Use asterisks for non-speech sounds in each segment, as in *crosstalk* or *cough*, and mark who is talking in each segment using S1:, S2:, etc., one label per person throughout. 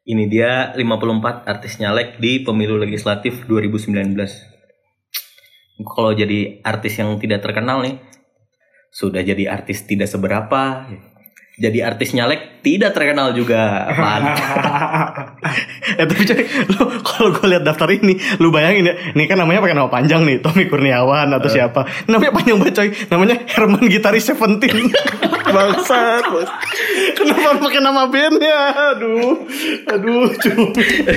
S1: Ini dia 54 artis nyalek di pemilu legislatif 2019. Kalau jadi artis yang tidak terkenal nih, sudah jadi artis tidak seberapa, jadi artis nyalek tidak terkenal juga.
S2: *laughs* eh tapi coy, lu kalau gue lihat daftar ini, lu bayangin ya, ini kan namanya pakai nama panjang nih, Tommy Kurniawan atau
S3: Eh.
S2: siapa. Namanya panjang banget coy, namanya Herman Gitaris Seventeen.
S3: *laughs*
S2: Bangsat, bos. Kenapa pakai nama band ya? Aduh, aduh, cuy.
S1: *laughs*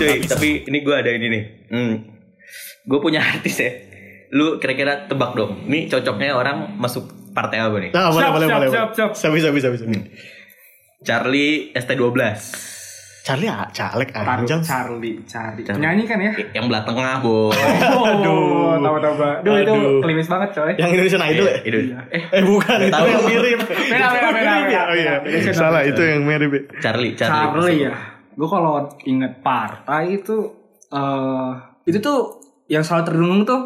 S1: Cuy, tapi ini gue ada ini nih. Hmm. Gue punya artis ya. Lu kira-kira tebak dong. Ini cocoknya orang masuk partai apa nih?
S2: Nah, boleh,
S3: Siap,
S2: boleh,
S3: siap,
S2: boleh.
S3: siap, siap.
S2: Sabi, sabi, sabi, sabi.
S1: Charlie ST12.
S2: Charlie, ah, caleg,
S3: Taruh
S2: anjang.
S3: Charlie, Charlie.
S1: Charlie.
S3: Penyanyi kan
S1: *laughs*
S3: ya?
S1: Yang belah tengah, *laughs* Bo.
S3: Oh, tahu-tahu. Duh, itu
S2: Aduh.
S3: klimis banget, coy.
S2: Yang Indonesian Idol ya?
S1: Itu.
S3: Eh,
S2: Eh bukan, itu
S1: Tahu.
S2: yang mirip.
S3: Beda, beda, beda, beda,
S2: Oh iya,
S3: beda, beda.
S2: salah itu yang mirip. ya.
S1: Charlie, Charlie.
S3: Charlie ya. Gue kalau inget partai itu eh itu tuh yang selalu terdengung tuh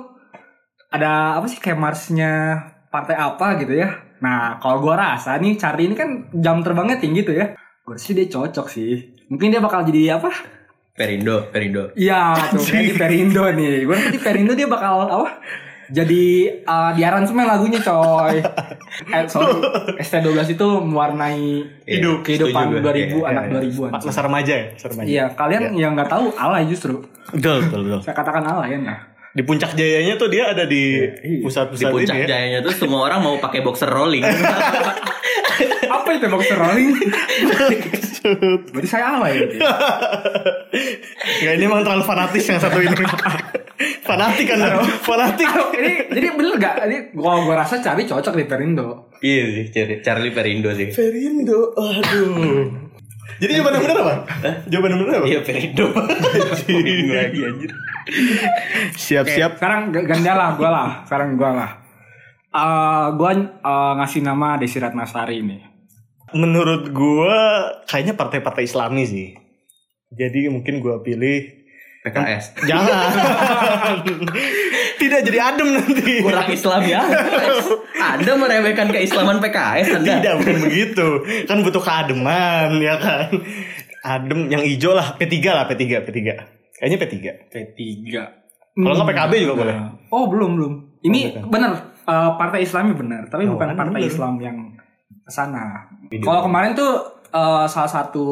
S3: ada apa sih kayak marsnya partai apa gitu ya. Nah, kalau gua rasa nih Charlie ini kan jam terbangnya tinggi tuh ya. Gue sih dia cocok sih. Mungkin dia bakal jadi apa?
S1: Perindo, Perindo.
S3: Iya, tuh kan di Perindo nih. Gue di Perindo dia bakal apa? Jadi eh, di aransemen lagunya
S1: *laughs*
S3: coy. Eh, sorry, ST12 itu mewarnai
S1: Iya,
S2: Hidup,
S1: setuju
S3: kehidupan
S1: gua.
S3: 2000
S1: Iya,
S3: anak
S2: iya.
S3: 2000-an.
S2: Pak masa remaja ya, masa remaja.
S3: Iya, kalian yang nggak tahu alay justru.
S2: Betul, betul, betul.
S3: Saya katakan alay ya.
S1: *laughs*
S3: nah.
S2: Di puncak jayanya tuh dia ada di
S1: Iya, Di
S2: pusat-pusat
S1: puncak
S2: ini ya.
S1: jayanya tuh semua orang mau pakai boxer rolling.
S3: Apa itu boxer rolling?
S1: *laughs*
S3: Berarti saya alay. Gitu.
S2: *laughs* Ya ini emang terlalu fanatis yang satu
S1: *laughs*
S2: ini. fanatik kan, fanatik.
S3: Jadi, jadi bener gak? Jadi gua gua rasa cari cocok di Perindo.
S1: iya sih, Charlie, Charlie Perindo sih.
S2: Perindo, aduh. Jadi jawaban yang benar apa? Jawaban yang benar apa?
S1: Iya, *laughs* Perindo. Bingung lagi anjir.
S2: Siap-siap.
S3: Sekarang g- ganda lah gua lah. Sekarang gua lah. Eh, gua eh, ngasih nama Desi Ratnasari ini.
S2: Menurut gua kayaknya partai-partai Islami sih. Jadi mungkin gua pilih
S1: PKS. *laughs*
S2: Jangan. Tidak jadi adem nanti.
S1: kurang Islam ya. Anda meremehkan keislaman PKS Anda.
S2: Tidak bukan begitu. Kan butuh keademan ya kan. Adem yang hijau lah P3 lah P3 P3. Kayaknya P3.
S3: P3.
S2: Kalau nggak PKB juga boleh.
S3: Hmm. Oh, belum, belum. Ini bener eh, partai Islami bener, tapi
S2: Oh,
S3: bukan
S2: kan
S3: partai
S2: bener.
S3: Islam yang kesana. Kalau kemarin tuh eh, salah satu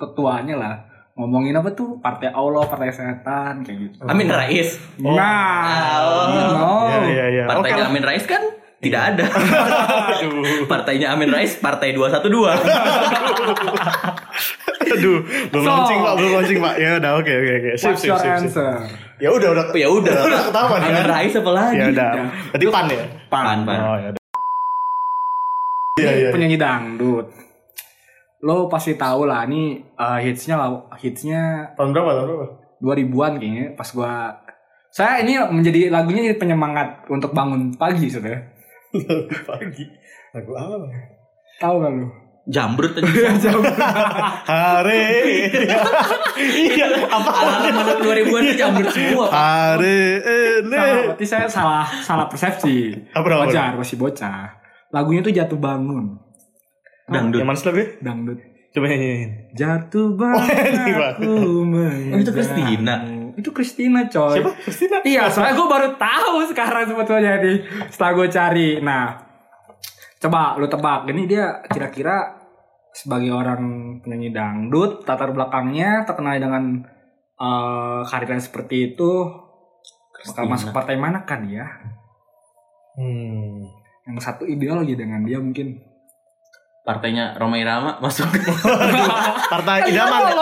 S3: ketuanya lah ngomongin apa tuh partai Allah, partai setan kayak gitu.
S1: Amin Rais.
S3: Nah, no.
S2: Oh. Iya iya iya. Oh,
S1: Partainya
S2: kalau- Iya.
S1: Amin Rais kan tidak
S2: *laughs*
S1: ada.
S2: Aduh.
S1: Partainya Amin Rais Partai 212.
S2: Aduh, belum
S3: So-
S2: launching Pak, belum launching Pak. Ya udah oke oke oke. Sip
S3: What's
S2: sip
S3: your
S2: sip. sip.
S3: answer?
S2: Ya udah udah.
S1: ya udah.
S2: Udah ketahuan,
S1: Amin
S2: ya.
S1: Rais apa lagi?
S2: Ya udah. Berarti pan ya?
S1: Pan, pan.
S2: Oh ya udah. Iya iya.
S3: Penyanyi dangdut. Lo pasti tahu lah ini eh, hitsnya lah hitsnya
S2: Tahun berapa? Tahun berapa? *laughs*
S3: 2000-an kayaknya pas gua saya ini menjadi lagunya jadi penyemangat untuk bangun pagi sebenarnya.
S2: Pagi. Lagu apa?
S3: Tahu gak lu?
S1: Jambrut aja.
S2: *laughs* Hare. *laughs* Iya, apa?
S1: Anak anak 2000-an itu jambrut semua. Pak.
S2: Hare ini.
S3: Salah, berarti saya salah salah persepsi.
S2: Apa, apa, apa?
S3: Wajar, masih bocah. Lagunya tuh jatuh bangun.
S1: Dangdut.
S2: Yang mana sih lebih?
S3: Dangdut.
S2: Coba nyanyiin.
S3: Jatuh
S2: *laughs* ini
S3: bangun
S2: Pak.
S3: aku
S1: Oh, itu Christina.
S3: menyayangimu. Itu Christina coy.
S2: Siapa? Christina.
S3: Iya, soalnya gue baru tahu sekarang sebetulnya nih. Setelah gue cari. Nah, coba lu tebak. Ini dia kira-kira sebagai orang penyanyi dangdut, latar belakangnya terkenal dengan eh, karirnya seperti itu. Bakal
S1: Christina.
S3: masuk partai mana kan ya?
S2: Hmm.
S3: yang satu ideologi dengan dia mungkin
S1: Partainya Roma Irama masuk.
S2: Partai idaman. ya?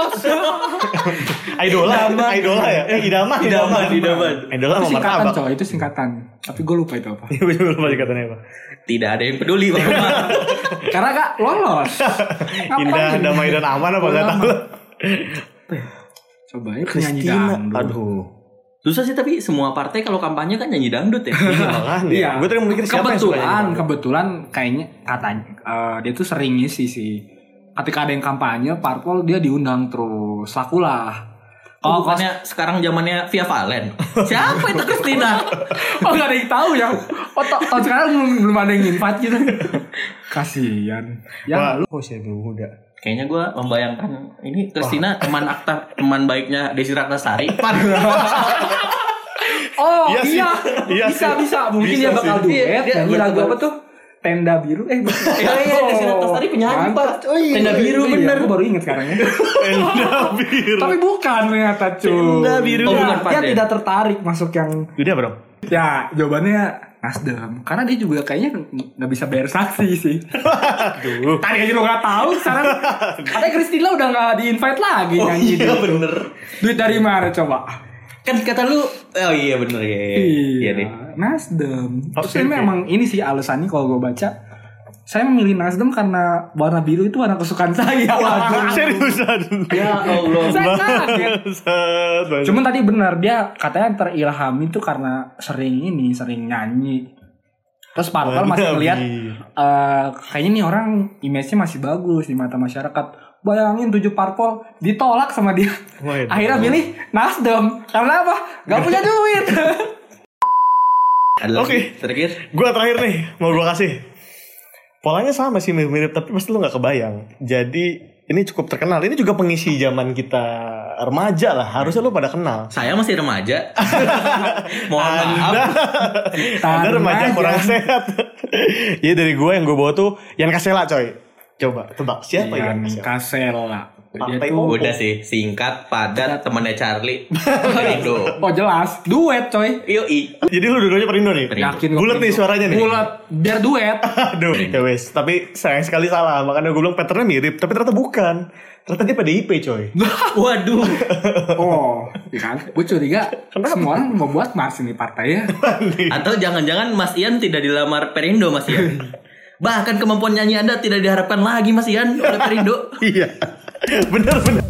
S2: Idola, idola ya. Eh, idaman.
S1: Idaman, idaman.
S2: Idola
S3: itu
S2: sama
S3: singkatan
S2: martabak.
S3: coy itu singkatan tapi gue lupa
S2: *laughs*
S3: itu apa
S2: Coba coba lupa katanya apa.
S1: Tidak ada yang peduli Pak *laughs* Umar.
S3: karena gak lolos
S2: *laughs*
S3: Ngapain?
S2: Indah, damai dan aman apa enggak tahu.
S3: coba ini penyanyi dangdut
S2: Aduh.
S1: Susah sih tapi semua partai kalau kampanye kan nyanyi dangdut ya.
S2: Iya, makanya. Gue tadi mikir siapa yang suka
S3: kebetulan
S2: nyanyi.
S3: kebetulan kayaknya katanya eh, dia tuh sering ngisi sih ketika ada yang kampanye parpol dia diundang terus lakulah
S1: *laughs* Oh,
S3: kalau kalau-
S1: bukannya sekarang zamannya Via Valen. Siapa itu Kristina?
S3: *laughs* oh nggak ada yang tahu ya oh ta- tahun sekarang belum, belum ada yang invite gitu kasihan
S2: Wah,
S3: ya
S2: lu oh, siapa muda.
S1: Kayaknya gue membayangkan ini Kristina teman akta teman baiknya Desi *laughs* Ratnasari. Pan.
S3: oh
S2: Iya
S3: iya,
S2: sih. Iya
S3: bisa
S2: sih.
S3: bisa mungkin
S2: Bisa
S3: dia bakal
S1: sih. Iya,
S3: duet
S1: dia
S3: nyanyi lagu
S1: baru-
S3: apa tuh tenda biru eh bukan.
S1: Iya, iya, Desi Ratnasari penyanyi,
S3: Mantap.
S1: Pak.
S3: oh, iya.
S1: Tenda biru,
S3: Iya,
S1: bener.
S3: gua baru inget sekarang ya
S2: Tenda biru.
S3: tapi bukan ternyata cuy
S2: Tenda biru.
S1: Oh,
S3: Ya,
S1: bukan, Pak,
S3: dia
S1: Den.
S3: tidak tertarik masuk yang
S2: Udah bro.
S3: Ya jawabannya Nasdem Karena dia juga kayaknya n- nggak bisa bayar saksi sih
S2: Aduh.
S3: Tadi aja lo nggak tahu Sekarang katanya Kristina udah nggak di-invite lagi nyanyi
S1: Iya
S3: dia.
S1: bener.
S3: Duit dari mana coba?
S1: Kan kata lu. Oh iya bener ya. Iya deh.
S3: Nasdem Terus
S2: Oke,
S3: ini
S2: oke.
S3: memang ini sih alasannya kalau gue baca Saya memilih Nasdem karena warna biru itu warna kesukaan saya
S2: Seriusan.
S1: Ya Allah.
S3: Saya kaget
S2: Bangsat, bangsat.
S3: Cuman tadi benar dia katanya terilhami tuh karena sering ini, sering nyanyi. Terus parpol
S2: Warna
S3: masih ngeliat
S2: biru.
S3: eh, kayaknya nih orang image-nya masih bagus di mata masyarakat. Bayangin tujuh parpol ditolak sama dia.
S2: Waduh.
S3: Akhirnya milih Nasdem. Karena apa? Gak punya duit.
S2: *laughs*
S1: Ada lagi
S2: Oke.
S1: terakhir.
S2: Gua terakhir nih mau gua kasih. Polanya sama sih mirip-mirip tapi pasti lu nggak kebayang. Jadi ini cukup terkenal. Ini juga pengisi zaman kita remaja lah. Harusnya lu pada kenal.
S1: Saya masih *laughs* remaja. Mohon
S2: *laughs* Anda,
S1: maaf.
S2: Anda remaja
S3: Tahan
S2: kurang
S3: aja.
S2: sehat. *laughs* Iya dari gue yang gue bawa tuh Yan Kasela coy. Coba tebak siapa Yan
S3: Ian
S2: Kasela?
S3: Kasela. Dia
S2: Iya, Partai
S3: tuh-
S1: Udah sih singkat padat temannya *laughs* Charlie. Perindo.
S3: Oh jelas, duet coy.
S1: Yoi.
S2: Jadi lu dua-duanya perindo nih.
S1: Perindo.
S3: Yakin gua
S2: Iya. Bulat nih
S3: Perindo.
S2: suaranya nih.
S3: Bulat, biar
S2: *laughs*
S3: duet.
S2: Aduh, ya wes. Tapi sayang sekali salah. Makanya gue bilang patternnya mirip, tapi ternyata bukan. Ternyata dia PDIP coy. *laughs*
S1: *laughs* Waduh.
S3: Oh, ya kan? Gue curiga semua orang mau buat Mars ini partainya.
S1: Atau jangan-jangan Mas Ian tidak dilamar Perindo Mas Ian.
S2: *laughs*
S1: Bahkan kemampuan nyanyi Anda tidak diharapkan lagi Mas Ian oleh Perindo.
S2: iya. Bener bener.